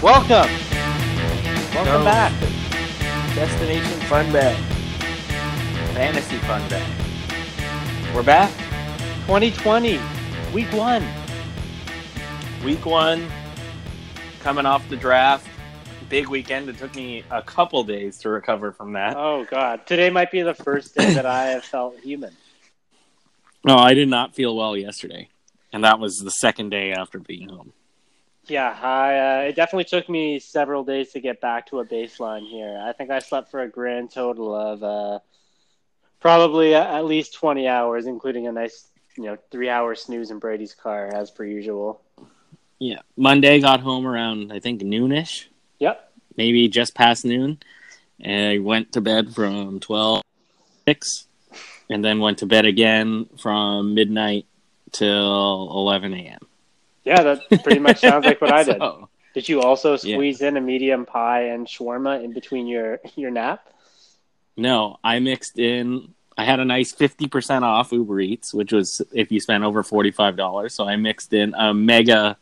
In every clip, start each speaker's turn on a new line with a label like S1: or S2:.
S1: Welcome. Welcome
S2: No.
S1: back. Destination Fun Bag. Fantasy Fun Bag. We're back. 2020, week one. Week one, coming off the draft. Big weekend. It took me a couple days to recover from that.
S2: Oh God! Today might be the first day that I have felt human.
S1: No, I did not feel well yesterday. And that was the second day after being home.
S2: Yeah, I, uh, it definitely took me several days to get back to a baseline here. I think I slept for a grand total of uh, probably a- at least twenty hours, including a nice, you know, three-hour snooze in Brady's car as per usual.
S1: Yeah. Monday got home around I think noonish,
S2: Yep.
S1: maybe just past noon. And I went to bed from twelve to six and then went to bed again from midnight till eleven AM.
S2: Yeah, that pretty much sounds like what I did.
S1: So,
S2: Did you also
S1: Yeah.
S2: squeeze in a medium pie and shawarma in between your your nap?
S1: no, I mixed in I had a nice fifty percent off Uber Eats, which was if you spent over forty five dollars. So I mixed in a mega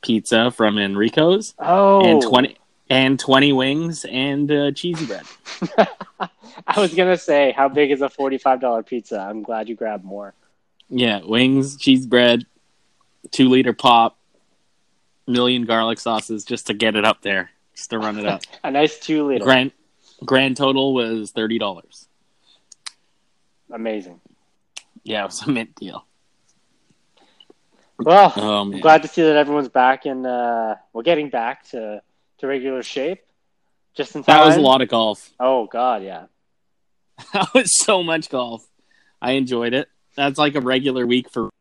S1: pizza from Enrico's
S2: Oh,
S1: and twenty and twenty wings and uh, cheesy bread.
S2: I was gonna say, how big is a forty-five dollar pizza? I'm glad you grabbed more.
S1: Yeah, wings, cheese bread, two liter pop, million garlic sauces just to get it up there, just to run it up.
S2: A nice two liter.
S1: grand grand total was thirty dollars.
S2: Amazing.
S1: Yeah, it was a mint deal.
S2: Well,
S1: Oh man,
S2: I'm glad to see that everyone's back and uh, we're getting back to, to regular shape. Just in time.
S1: that was a lot of golf.
S2: Oh God, yeah.
S1: That was so much golf. I enjoyed it. That's like a regular week for.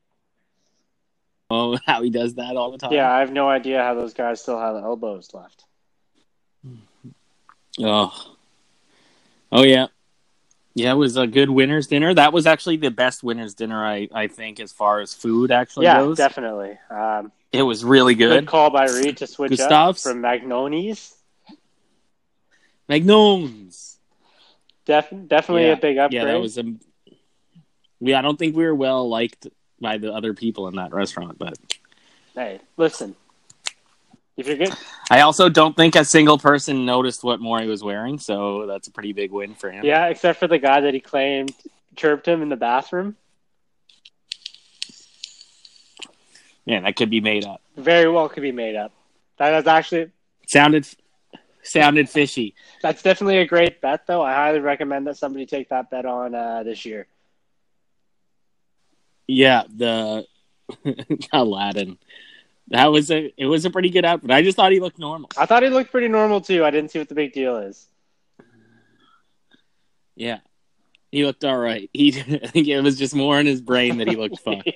S1: Oh, how he does that all the time.
S2: Yeah, I have no idea how those guys still have elbows left.
S1: Oh. Oh yeah. Yeah, it was a good winner's dinner. That was actually the best winner's dinner I, I think as far as food actually
S2: yeah,
S1: goes.
S2: definitely. Um,
S1: It was really
S2: good.
S1: good.
S2: call by Reed to switch
S1: Gustav's?
S2: up from Magnoni's.
S1: Magnones.
S2: Def- definitely
S1: Yeah,
S2: a big upgrade.
S1: Yeah, that was a Yeah, I don't think we were well liked by the other people in that restaurant, but
S2: Hey, listen. If you're good,
S1: I also don't think a single person noticed what Maury was wearing, so that's a pretty big win for him.
S2: yeah, except for the guy that he claimed chirped him in the bathroom.
S1: Yeah, that could be made up.
S2: Very well could be made up. That is actually
S1: Sounded sounded fishy.
S2: That's definitely a great bet, though. I highly recommend that somebody take that bet on uh, this year.
S1: Yeah, the Aladdin. That was a it was a pretty good outfit. I just thought he looked normal.
S2: I thought he looked pretty normal too. I didn't see what the big deal is.
S1: Yeah. He looked all right. He I think it was just more in his brain that he looked fucked.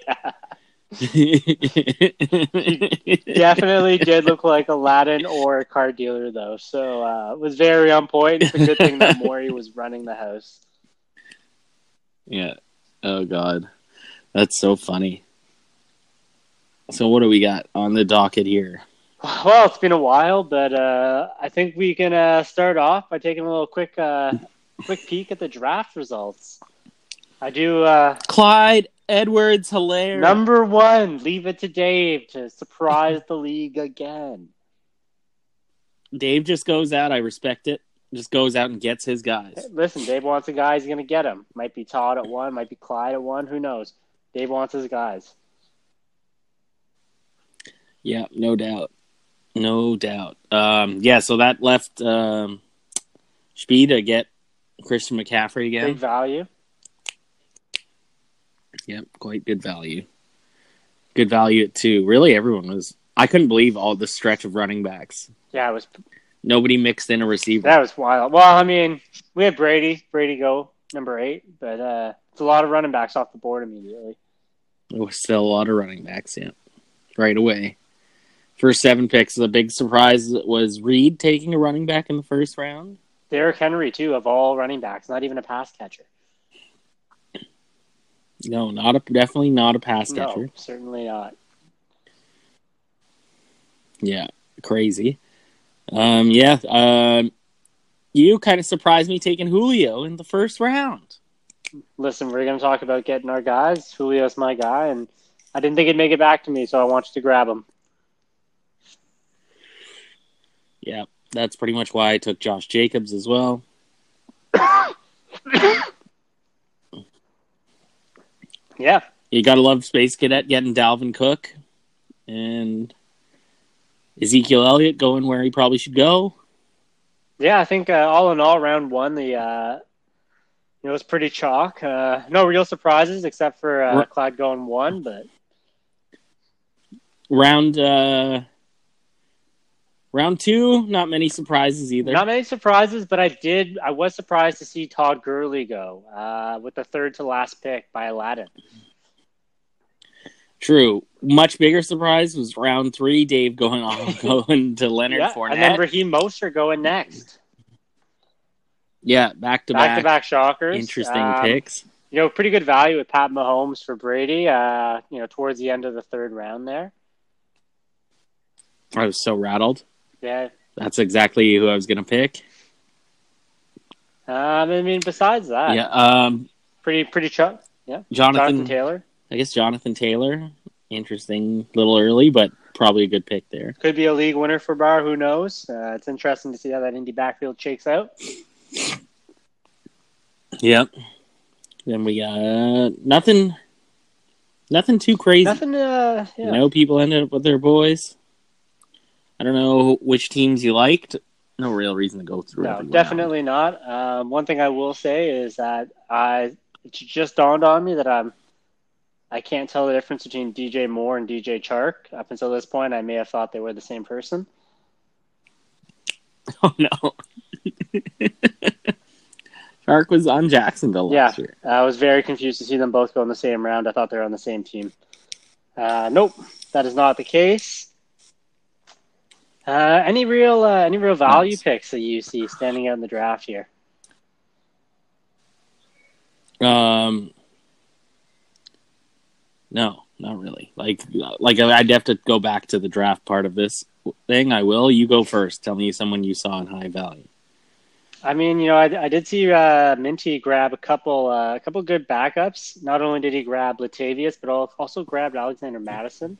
S2: Yeah. Definitely did look like Aladdin or a car dealer, though. So uh, it was very on point. It's a good thing that Maury was running the house.
S1: Yeah. Oh god. That's so funny. So what do we got on the docket here?
S2: Well, it's been a while, but uh, I think we can uh, start off by taking a little quick, uh, quick peek at the draft results. I do. Uh,
S1: Clyde Edwards Hilaire.
S2: Number one, leave it to Dave to surprise the league again.
S1: Dave just goes out. I respect it. Just goes out and gets his guys.
S2: Listen, Dave wants a guy. He's going to get him. Might be Todd at one, might be Clyde at one. Who knows? Dave wants his guys.
S1: Yeah, no doubt. No doubt. Um, yeah, so that left um, Speed to get Christian McCaffrey
S2: Big
S1: again.
S2: value.
S1: Yep, quite good value. Good value at two. Really, everyone was. I couldn't believe all the stretch of running backs.
S2: Yeah, it was
S1: Nobody mixed in a receiver.
S2: that was wild. Well, I mean, we had Brady. Brady go number eight, but uh, it's a lot of running backs off the board immediately.
S1: There was still a lot of running backs. Yeah, right away. First seven picks. The big surprise was Reed taking a running back in the first round.
S2: Derrick Henry too, of all running backs, not even a pass catcher.
S1: No, not a definitely not a pass catcher.
S2: No, certainly not.
S1: Yeah, crazy. Um, yeah, um, you kind of surprised me taking Julio in the first round.
S2: Listen, we're going to talk about getting our guys. Julio's my guy, and I didn't think he'd make it back to me, so I want you to grab him.
S1: Yeah, that's pretty much why I took Josh Jacobs as well.
S2: Yeah.
S1: You gotta love Space Cadet getting Dalvin Cook and Ezekiel Elliott going where he probably should go.
S2: Yeah, I think uh, all in all, round one, the uh, you know, it was pretty chalk. Uh, no real surprises except for uh,
S1: Right.
S2: Clyde going one, but
S1: Round uh round two, not many surprises either.
S2: not many surprises. But I did, I was surprised to see Todd Gurley go uh, with the third to last pick by Aladdin.
S1: True. Much bigger surprise was round three, Dave going on going to Leonard
S2: Yeah,
S1: Fournette.
S2: and then Raheem Mostert going next.
S1: yeah, back to
S2: Back to
S1: back
S2: back shockers.
S1: interesting
S2: Um,
S1: picks.
S2: You know, pretty good value with Pat Mahomes for Brady. Uh, you know, towards the end of the third round there.
S1: I was so rattled.
S2: Yeah.
S1: That's exactly who I was gonna pick.
S2: Um, I mean, besides that,
S1: Yeah. Um
S2: pretty pretty chalk. Yeah,
S1: Jonathan
S2: Jonathan Taylor
S1: I guess Jonathan Taylor. Interesting little early, but probably a good pick there.
S2: could be a league winner for Barr. Who knows? Uh, it's interesting to see how that indie backfield shakes out.
S1: Yep. Then we got nothing nothing too crazy.
S2: Nothing. Uh, yeah.
S1: No people ended up with their boys. I don't know which teams you liked. No real reason to go through.
S2: No,
S1: everyone
S2: definitely not. Um, one thing I will say is that I it just dawned on me that I'm I can't tell the difference between DJ Moore and DJ Chark. Up until this point, I may have thought they were the same person.
S1: out. Oh no. Shark was on Jacksonville last year.
S2: I was very confused to see them both go in the same round. I thought they were on the same team. Uh, nope, that is not the case. Uh, any real uh, any real value
S1: Nice.
S2: picks that you see standing out in the draft here?
S1: Um, no, not really. Like, like I'd have to go back to the draft part of this thing. I will. You go first. Tell me someone you saw in high value.
S2: I mean, you know, I, I did see uh, Minty grab a couple uh, a couple good backups. Not only did he grab Latavius, but al- also grabbed Alexander Madison.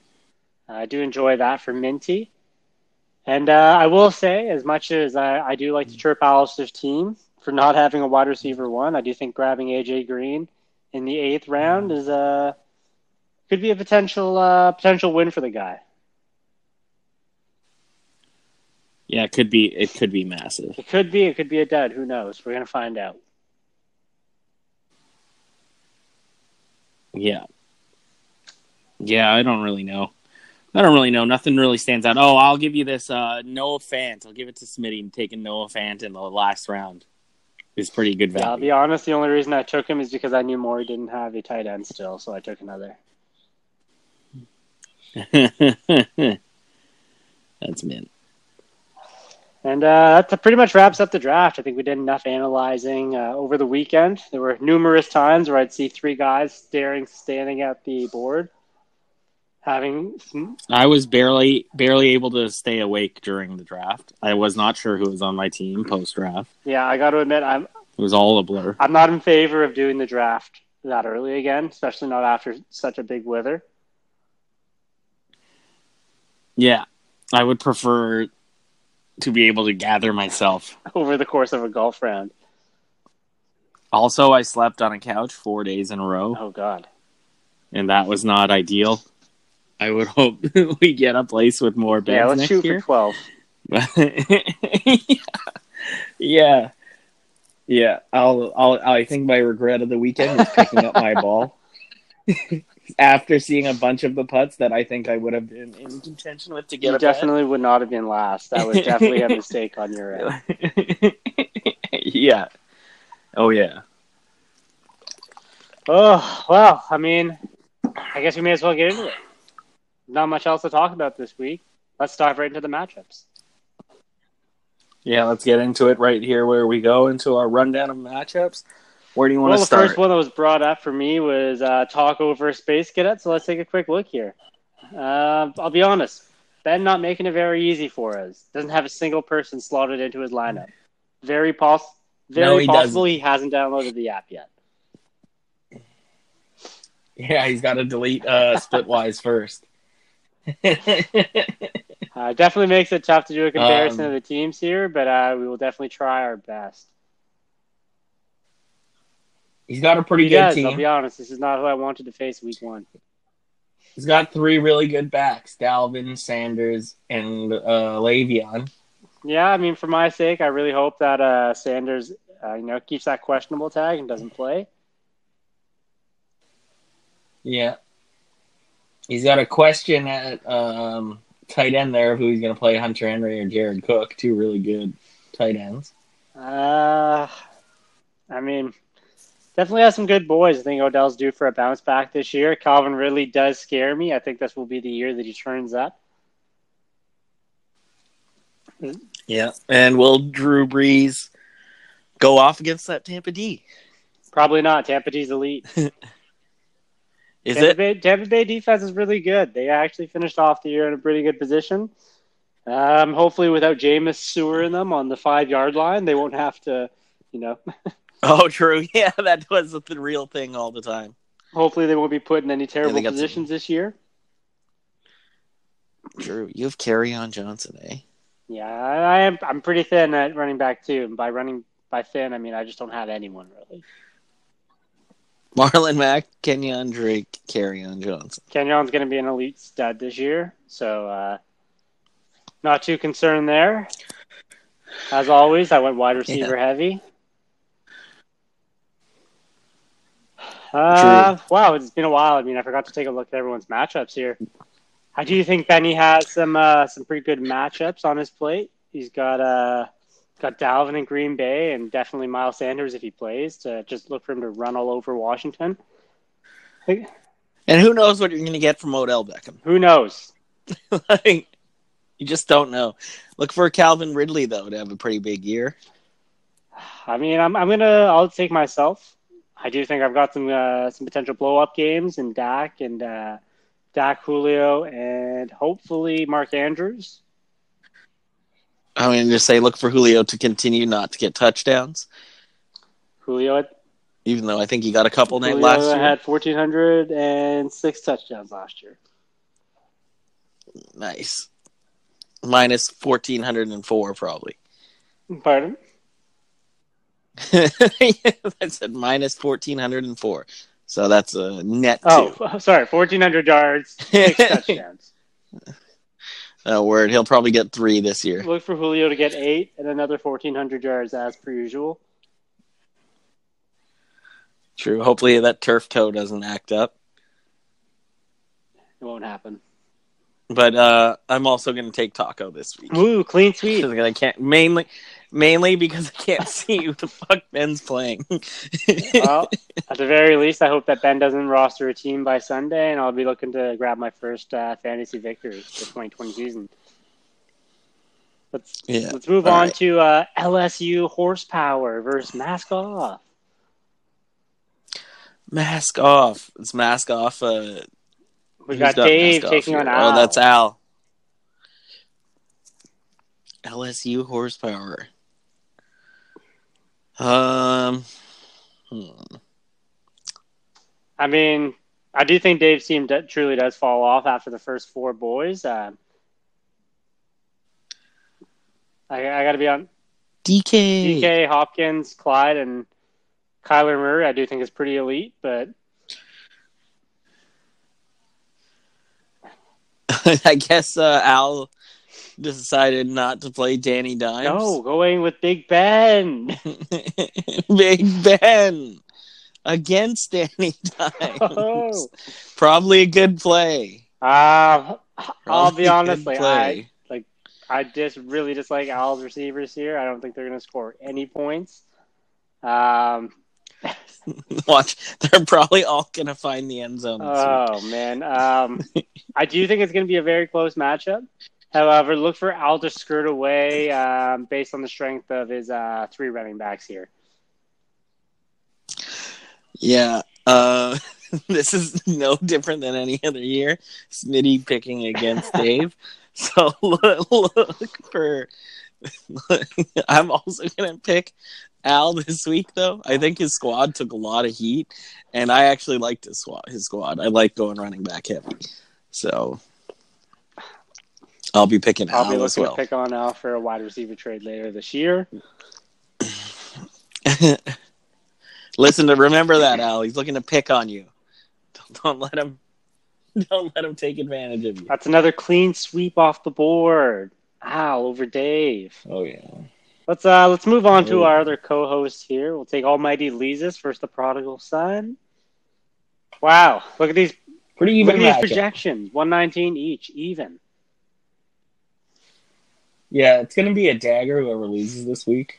S2: Uh, I do enjoy that for Minty. And uh, I will say, as much as I, I do like to chirp Alistair's team for not having a wide receiver one, I do think grabbing AJ Green in the eighth round is uh, could be a potential uh, potential win for the guy.
S1: Yeah, it could be. It could be massive.
S2: It could be, it could be a dud. Who knows? We're gonna find out.
S1: Yeah. Yeah, I don't really know. I don't really know. Nothing really stands out. Oh, I'll give you this uh Noah Fant. I'll give it to Smitty and taking Noah Fant in the last round is pretty good
S2: Yeah, I'll
S1: value.
S2: be honest. The only reason I took him is because I knew Moore didn't have a tight end still, so I took another.
S1: That's mint.
S2: And uh, that pretty much wraps up the draft. I think we did enough analyzing uh, over the weekend. There were numerous times where I'd see three guys staring, standing at the board, having
S1: I was barely barely able to stay awake during the draft. I was not sure who was on my team post draft.
S2: yeah. I got to admit, I'm
S1: It was all a blur.
S2: I'm not in favor of doing the draft that early again, especially not after such a big wither.
S1: Yeah. I would prefer to be able to gather myself.
S2: over the course of a golf round.
S1: Also, I slept on a couch 4 days in a row.
S2: Oh God.
S1: and that was not ideal. I would hope we get a place with more beds
S2: Yeah, let's
S1: next
S2: shoot
S1: year.
S2: for twelve.
S1: yeah, yeah. I'll, I'll. I think my regret of the weekend was picking up my ball after seeing a bunch of the putts that I think I would have been in contention with to get.
S2: You
S1: a bet.
S2: definitely would not have been last. That was definitely a mistake on your end.
S1: yeah. Oh yeah.
S2: Oh well, I mean, I guess we may as well get into it. Not much else to talk about this week. Let's dive right into the matchups.
S1: Yeah. Let's get into it right here, where we go into our rundown of matchups. Where do you want to
S2: Well, the
S1: start?
S2: first one that was brought up for me was uh, talk over Space Cadet. So let's take a quick look here. Uh, I'll be honest, Ben not making it very easy for us. Doesn't have a single person slotted into his lineup. Very pos, very
S1: he
S2: possible he hasn't downloaded the app yet.
S1: Yeah, he's got to delete uh, Splitwise first.
S2: Uh, definitely makes it tough to do a comparison
S1: Um,
S2: of the teams here, but uh, we will definitely try our best.
S3: He's got a pretty
S2: He
S3: good
S2: does. I'll
S3: team.
S2: be honest. This is not who I wanted to face week one.
S3: He's got three really good backs: Dalvin, Sanders, and uh, Le'Veon.
S2: Yeah, I mean, for my sake, I really hope that uh, Sanders, uh, you know, keeps that questionable tag and doesn't play.
S3: Yeah, he's got a question at um, tight end there: of who he's going to play, Hunter Henry or Jared Cook? Two really good tight ends.
S2: Uh, I mean, definitely has some good boys. I think Odell's due for a bounce back this year. Calvin Ridley does scare me. I think this will be the year that he turns up.
S1: Yeah, and will Drew Brees go off against that Tampa D?
S2: Probably not. Tampa Bay's elite.
S1: Is
S2: Tampa,
S1: it?
S2: Bay, Tampa Bay defense is really good. They actually finished off the year in a pretty good position. Um, hopefully, without Jameis Sewer in them on the five yard line, they won't have to, you know,
S1: Oh, true. Yeah, that was the real thing all the time.
S2: hopefully they won't be put in any terrible
S1: got some-
S2: positions this year.
S1: Drew, you have carry on Johnson, eh?
S2: Yeah, I I am. I'm pretty thin at running back too. And by running by thin, I mean I just don't have anyone really.
S1: Marlon Mack, Kenyon Drake, carry on Johnson.
S2: Kenyon's going to be an elite stud this year, so uh, not too concerned there. As always, I went wide receiver heavy. Uh, wow, it's been a while. I mean, I forgot to take a look at everyone's matchups here. I do think Benny has some uh, some pretty good matchups on his plate. He's got uh got Dalvin in Green Bay, and definitely Miles Sanders if he plays. To just look for him to run all over Washington.
S1: And who knows what you're going to get from Odell Beckham?
S2: Who knows?
S1: like, you just don't know. Look for Calvin Ridley though to have a pretty big year.
S2: I mean, I'm I'm gonna I'll take myself. I do think I've got some uh, some potential blow up games in Dak and uh, Dak Julio and hopefully Mark Andrews.
S1: I'm going to say look for Julio to continue not to get touchdowns,
S2: Julio, had-
S1: even though I think he got a couple night
S2: Julio
S1: last year.
S2: had fourteen hundred and six touchdowns last year.
S1: Nice. Minus 1,404 probably.
S2: Pardon?
S1: that said minus 1,404. So that's a net two.
S2: Oh, sorry, fourteen hundred yards, six touchdowns.
S1: No Uh, word. He'll probably get three this year.
S2: Look for Julio to get eight and another fourteen hundred yards as per usual.
S1: True. Hopefully that turf toe doesn't act up.
S2: It won't happen.
S1: But uh, I'm also going to take Taco this week.
S2: Woo, clean sweep.
S1: 'Cause I can't mainly, mainly because I can't see who the fuck Ben's playing.
S2: well, at the very least, I hope that Ben doesn't roster a team by Sunday, and I'll be looking to grab my first uh, fantasy victory for 2020 season. Let's
S1: yeah.
S2: let's move
S1: all
S2: on
S1: right.
S2: to uh, LSU horsepower versus mask off.
S1: Mask off. It's mask off. Uh,
S2: We
S1: who's
S2: got Dave
S1: mask off
S2: taking
S1: here?
S2: on Al.
S1: Oh, that's Al. LSU horsepower. Um. hmm.
S2: I mean, I do think Dave's team d- truly does fall off after the first four boys. Um I, I got to be on.
S1: DK.
S2: DK Hopkins, Clyde, and Kyler Murray, I do think is pretty elite, but
S1: I guess uh, Al decided not to play Danny Dimes.
S2: no, going with Big Ben.
S1: Big Ben against Danny Dimes.
S2: Oh.
S1: Probably a good play.
S2: Uh, I'll
S1: Probably
S2: be
S1: a
S2: honest,
S1: good
S2: like, I, I just really dislike Al's receivers here. I don't think they're going to score any points. Um,
S1: Watch, they're probably all gonna find the end zone. this week.
S2: oh, man. Um, I do think it's going to be a very close matchup. However, look for Al to skirt away um, based on the strength of his uh, three running backs here.
S1: Yeah, uh, this is no different than any other year. Smitty picking against Dave, so look, look for. I'm also gonna pick Al this week, though. I think his squad took a lot of heat, and I actually liked his squad. His squad, I like going running back heavy. So I'll be picking
S2: I'll be
S1: Al as
S2: looking
S1: well.
S2: to pick on Al for a wide receiver trade later this year.
S1: Listen to remember that Al. He's looking to pick on you. Don't, don't let him. Don't let him take advantage of you.
S2: That's another clean sweep off the board. Al over Dave.
S4: Oh yeah.
S2: Let's uh let's move on to
S4: Ooh.
S2: our other co-host here. We'll take Almighty Leesus versus the Prodigal Son. Wow, look at these
S4: Pretty
S2: look
S4: even
S2: at these
S4: matchup.
S2: projections. One nineteen each, even.
S4: yeah, it's gonna be a dagger whoever loses this week.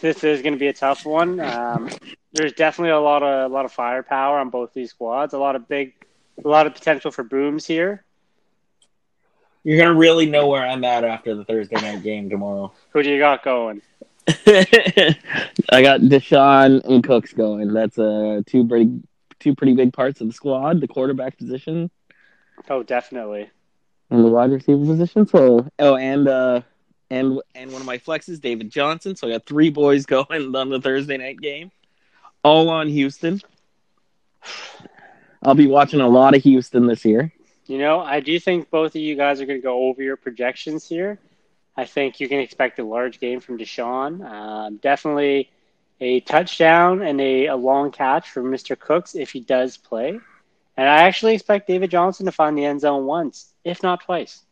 S2: This is going to be a tough one. Um, there's definitely a lot of a lot of firepower on both these squads. A lot of big, a lot of potential for booms here.
S4: You're gonna really know where I'm at after the Thursday night game tomorrow.
S2: Who do you got going?
S1: I got Deshaun and Cooks going. That's uh, two pretty two pretty big parts of the squad, the quarterback position
S2: Oh, definitely.
S1: and the wide receiver position. So oh, and uh, and and one of my flexes, David Johnson. So I got three boys going on the Thursday night game, all on Houston. I'll be watching a lot of Houston this year.
S2: You know, I do think both of you guys are going to go over your projections here. I think you can expect a large game from Deshaun. Um, definitely a touchdown and a, a long catch from Mr. Cooks if he does play. And I actually expect David Johnson to find the end zone once, if not twice.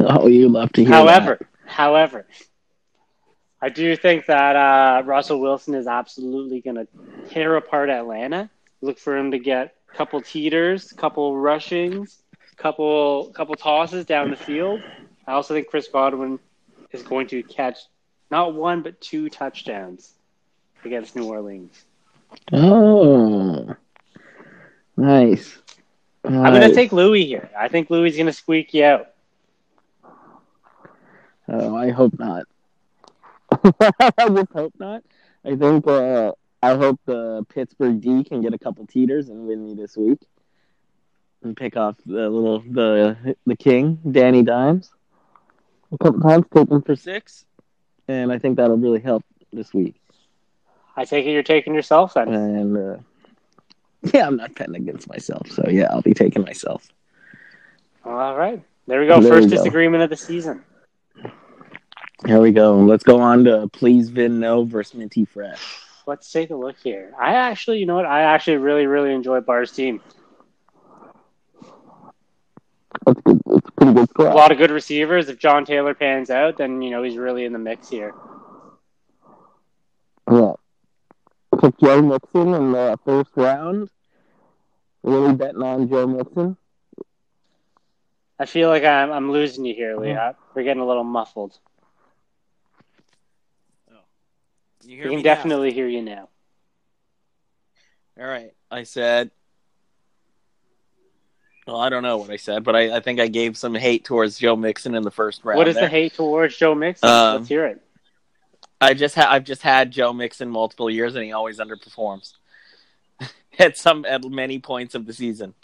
S1: Oh, you love to hear. that.
S2: However, however, I do think that uh, Russell Wilson is absolutely going to tear apart Atlanta. Look for him to get a couple teeters, couple rushings, couple couple tosses down the field. I also think Chris Godwin is going to catch not one but two touchdowns against New Orleans.
S1: Oh, nice.
S2: I'm going to take Louis here. I think Louis is going to squeak you out.
S1: Oh, I hope not. I just hope not. I think uh, I hope the Pittsburgh D can get a couple teeters and win me this week, and pick off the little the the king, Danny Dimes, a couple times, take him for six, and I think that'll really help this week.
S2: I take it you're taking yourself then.
S1: And uh, yeah, I'm not betting against myself, so yeah, I'll be taking myself.
S2: All right. There we go.
S1: There
S2: First
S1: we go.
S2: disagreement of the season.
S1: Here we go. Let's go on to please Vin No versus Minty Fresh.
S2: Let's take a look here. I actually, you know what? I actually really, really enjoy Bar's team.
S1: That's good. That's a pretty good score.
S2: A lot of good receivers. If John Taylor pans out, then you know he's really in the mix here.
S1: Yeah. Took Joe Mixon in the first round. Really betting on Joe Mixon.
S2: I feel like I'm, I'm losing you here, Leah.
S1: Mm-hmm.
S2: We're getting a little muffled.
S1: You
S2: We can definitely hear you now.
S1: All right. I said. Well, I don't know what I said, but I, I think I gave some hate towards Joe Mixon in the first round.
S2: what is the
S1: there.
S2: hate towards Joe Mixon?
S1: Um,
S2: Let's hear it.
S1: I just ha- I've just had Joe Mixon multiple years, and he always underperforms at some at many points of the season.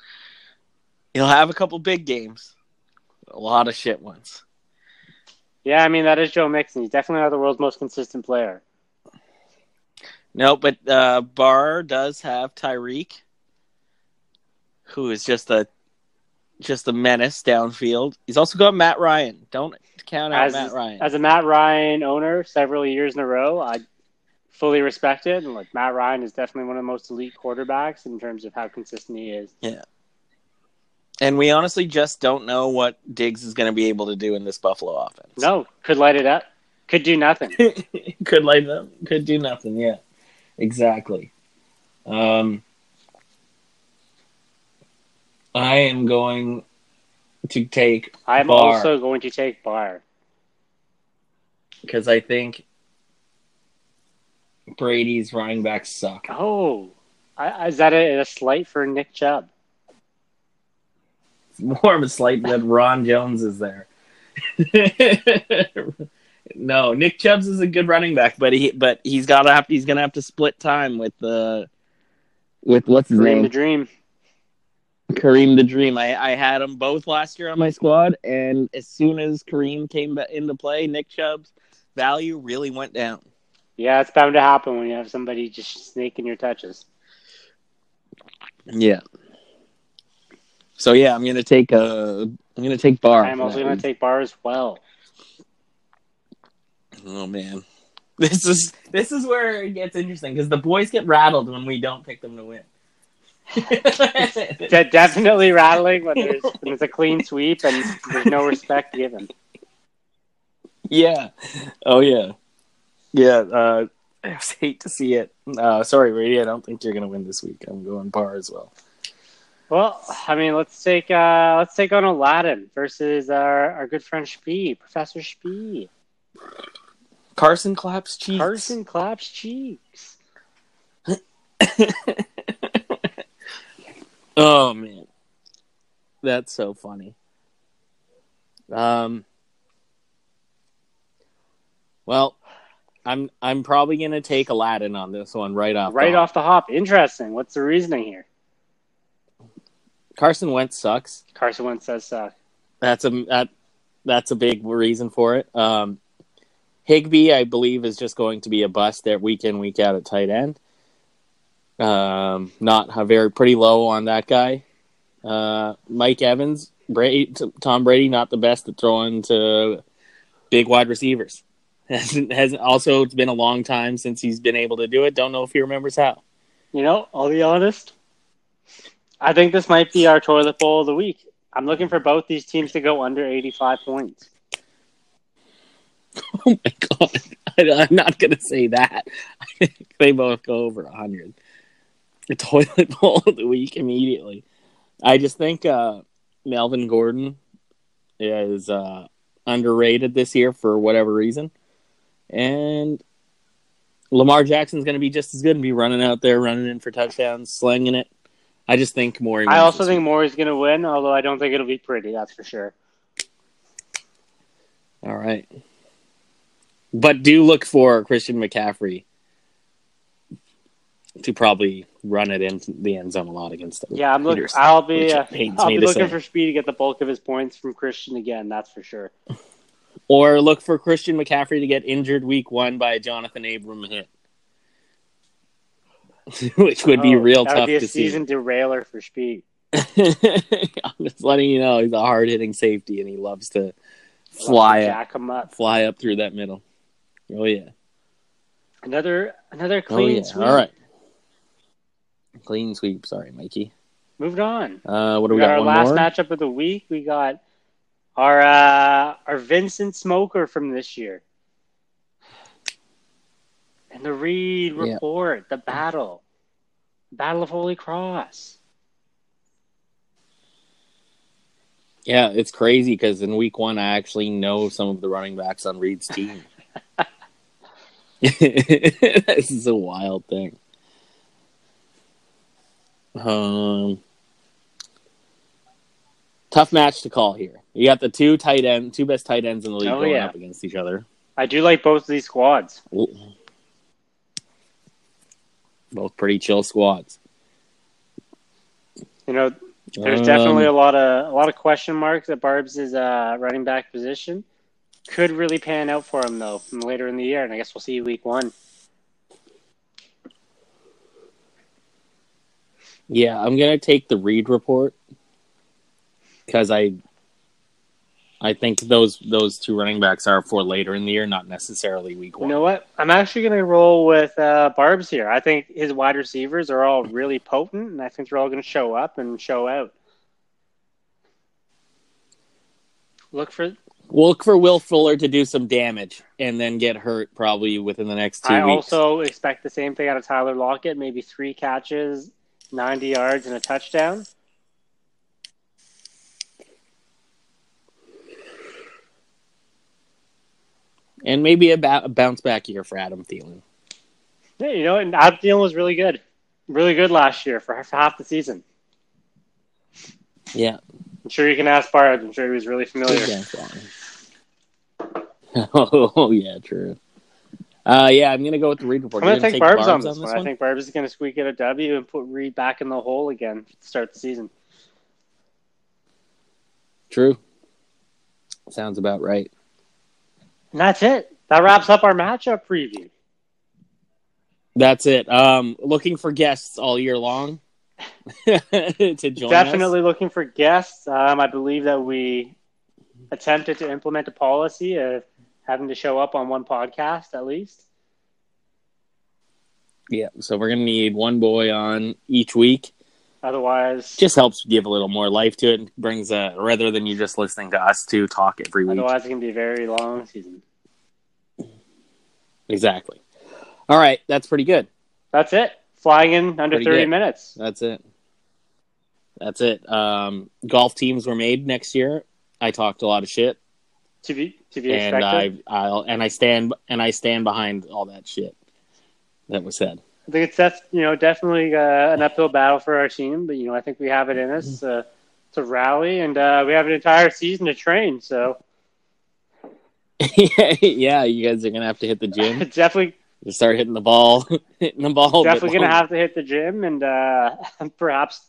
S1: He'll have a couple big games, a lot of shit ones.
S2: Yeah, I mean that is Joe Mixon. He's definitely not the world's most consistent player.
S1: No, but uh, Barr does have Tyreek, who is just a just a menace downfield. He's also got Matt Ryan. Don't count out
S2: As-
S1: Matt Ryan.
S2: As a Matt Ryan owner, several years in a row, I fully respect it. And like Matt Ryan is definitely one of the most elite quarterbacks in terms of how consistent he is.
S1: and we honestly just don't know what Diggs is going to be able to do in this Buffalo offense.
S2: No, could light it up. Could do nothing.
S4: could light them could do nothing yeah exactly um i am going to take
S2: I'm
S4: Barr.
S2: also going to take Barr.
S4: because i think brady's running backs suck
S2: Oh, I, I- is that a, a slight for Nick Chubb?
S4: it's more of a slight that ron jones is there
S1: No, Nick Chubbs is a good running back, but he but he's got to have he's going to have to split time with the with what's his
S2: Dream
S1: name
S2: the dream.
S1: Kareem the Dream. I, I had them both last year on my squad, and as soon as Kareem came ba- into play, Nick Chubb's value really went down.
S2: Yeah, it's bound to happen when you have somebody just snaking your touches.
S1: Yeah. So yeah, I'm gonna take a
S5: I'm gonna take Barr.
S2: I'm
S5: for
S2: also
S5: that
S2: going to
S5: reason.
S2: take Barr as well.
S1: Oh man, this is this is where it gets interesting because the boys get rattled when we don't pick them to win.
S2: De- definitely rattling when there's when it's a clean sweep and there's no respect given.
S1: yeah. Oh yeah. Yeah. Uh, I just hate to see it. Uh, sorry, Brady. I don't think you're gonna win this week. I'm going par as well.
S2: Well, I mean, let's take uh, let's take on Aladdin versus our, our good friend Spee, Professor Spee.
S1: Carson claps cheeks.
S2: Carson claps cheeks.
S1: Oh man, that's so funny. Um, well, I'm I'm probably gonna take Aladdin on this one right off. the
S2: Right
S1: hop.
S2: off the hop. Interesting. What's the reasoning here?
S1: Carson Wentz sucks.
S2: Carson Wentz says uh, suck.
S1: That's a that that's a big reason for it. Um, Higby, I believe, is just going to be a bust there week in week out at tight end. Um, not a very pretty low on that guy. Uh, Mike Evans, Brady, Tom Brady, not the best at throwing to big wide receivers. Hasn't hasn't also it's been a long time since he's been able to do it. Don't know if he remembers how.
S2: You know, I'll be honest. I think this might be our toilet bowl of the week. I'm looking for both these teams to go under 85 points.
S1: Oh my god, I, I'm not gonna say that. I think they both go over hundred. The toilet bowl of the week immediately. I just think uh, Melvin Gordon is uh, underrated this year for whatever reason, and Lamar Jackson's going to be just as good and be running out there, running in for touchdowns, slinging it. I just think more.
S2: I also think Maury's going to win, although I don't think it'll be pretty, that's for sure.
S1: All right. But do look for Christian McCaffrey to probably run it into the end zone a lot against them.
S2: Yeah, I'm looking.
S1: Peters,
S2: I'll be.
S1: which
S2: Uh,
S1: pains
S2: I'll
S1: me
S2: be
S1: to
S2: looking
S1: say.
S2: for Speed to get the bulk of his points from Christian again. That's for sure.
S1: Or look for Christian McCaffrey to get injured week one by a Jonathan Abram hit. Which would be
S2: Oh,
S1: real
S2: that would
S1: tough
S2: be a
S1: to
S2: season derailer for Speed.
S1: see. I'm just letting you know he's a hard hitting safety and he loves to fly up,
S2: jack him up.
S1: fly up through that middle. Oh yeah.
S2: Another another
S1: Oh
S2: clean
S1: yeah.
S2: sweep.
S1: All right. Clean sweep, sorry, Mikey.
S2: Moved on.
S1: Uh, what do
S2: We,
S1: we,
S2: got,
S1: got?
S2: our
S1: One
S2: last
S1: more?
S2: matchup of the week. We got our uh, our Vincent Smoker from this year, and the Reed
S1: Yeah.
S2: Report, the battle, Battle of Holy Cross.
S1: Yeah, it's crazy because in week one, I actually know some of the running backs on Reed's team. this is a wild thing. Um, tough match to call here. You got the two tight end, two best tight ends in the league
S2: Oh,
S1: going
S2: yeah.
S1: up against each other.
S2: I do like both of these squads.
S1: Both pretty chill squads.
S2: You know, There's
S1: Um,
S2: definitely a lot of a lot of question marks at Barb's is uh, running back position. Could really pan out for him though from later in the year, and I guess we'll see week one.
S1: Yeah, I'm gonna take the Reed report because I, I think those those two running backs are for later in the year, not necessarily week
S2: You
S1: one.
S2: know what? I'm actually going to roll with uh, Barb's here. I think his wide receivers are all really potent, and I think they're all going to show up and show out. Look for.
S1: We'll look for Will Fuller to do some damage and then get hurt probably within the next two
S2: I
S1: weeks.
S2: also expect the same thing out of Tyler Lockett. Maybe three catches, 90 yards, and a touchdown.
S1: and maybe a, ba- a bounce back year for Adam Thielen.
S2: Yeah, you know, and Abdiel was really good, really good last year for, for half the season.
S1: Yeah,
S2: I'm sure you can ask Barb. I'm sure he was really familiar.
S1: Good bounce back. oh yeah, true. Uh, yeah, I'm gonna go with the Reed
S2: I'm
S1: report.
S2: going
S1: You're
S2: to take
S1: gonna
S2: Barb's, on this one. I think Barb's is going to squeak out a W and put Reed back in the hole again to start the season.
S1: True. Sounds about right.
S2: And that's it. That wraps up our matchup preview.
S1: That's it. Um, looking for guests all year long. to join
S2: Definitely looking for guests. Um, I believe that we attempted to implement a policy of having to show up on one podcast at least.
S1: us. Yeah. So we're gonna need one boy on each week.
S2: Otherwise,
S1: Just helps give a little more life to it and brings a rather than you just listening to us two talk every week.
S2: otherwise it can be a very long season.
S1: Exactly. All right, that's pretty good.
S2: That's it. Flying in under
S1: Pretty
S2: 30
S1: good.
S2: minutes.
S1: That's it. That's it. Um, golf teams were made next year. I talked a lot of shit,
S2: To be to be
S1: and
S2: expected.
S1: I I'll, and I stand and I stand behind all that shit that was said.
S2: I think it's def- you know definitely uh, an uphill battle for our team, but you know I think we have it in us uh, to rally, and uh, we have an entire season to train. So
S1: yeah, you guys are gonna have to hit the gym.
S2: definitely
S1: Just start hitting the ball, hitting the ball. a bit
S2: definitely gonna
S1: longer.
S2: have to hit the gym, and uh, perhaps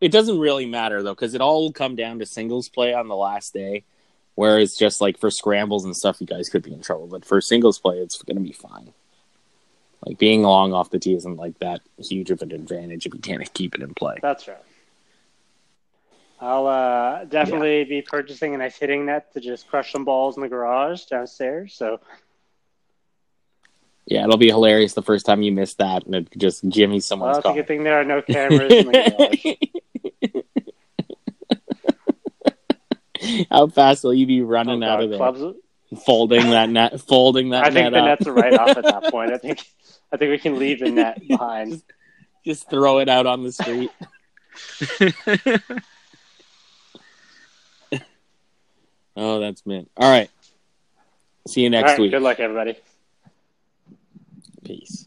S1: It doesn't really matter though, because it all will come down to singles play on the last day. Whereas just like for scrambles and stuff, you guys could be in trouble. But for singles play, it's gonna be fine. Like being long off the tee isn't like that huge of an advantage if you can't keep it in play.
S2: that's right. I'll uh, definitely be purchasing a nice hitting net to just crush some balls in the garage downstairs. So
S1: Yeah, it'll be hilarious the first time you miss that and it just jimmy
S2: well,
S1: someone's
S2: that's a
S1: car.
S2: good thing there are no cameras in the garage.
S1: How fast will you be running
S2: Oh,
S1: out
S2: God,
S1: of there,
S2: clubs-
S1: folding that net, folding that
S2: I think
S1: net
S2: the
S1: up,
S2: net's a write off at that point. I think I think we can leave the net behind.
S1: just throw it out on the street. oh, that's mint. All right. See you
S2: All
S1: next
S2: right,
S1: week.
S2: Good luck, everybody.
S1: Peace.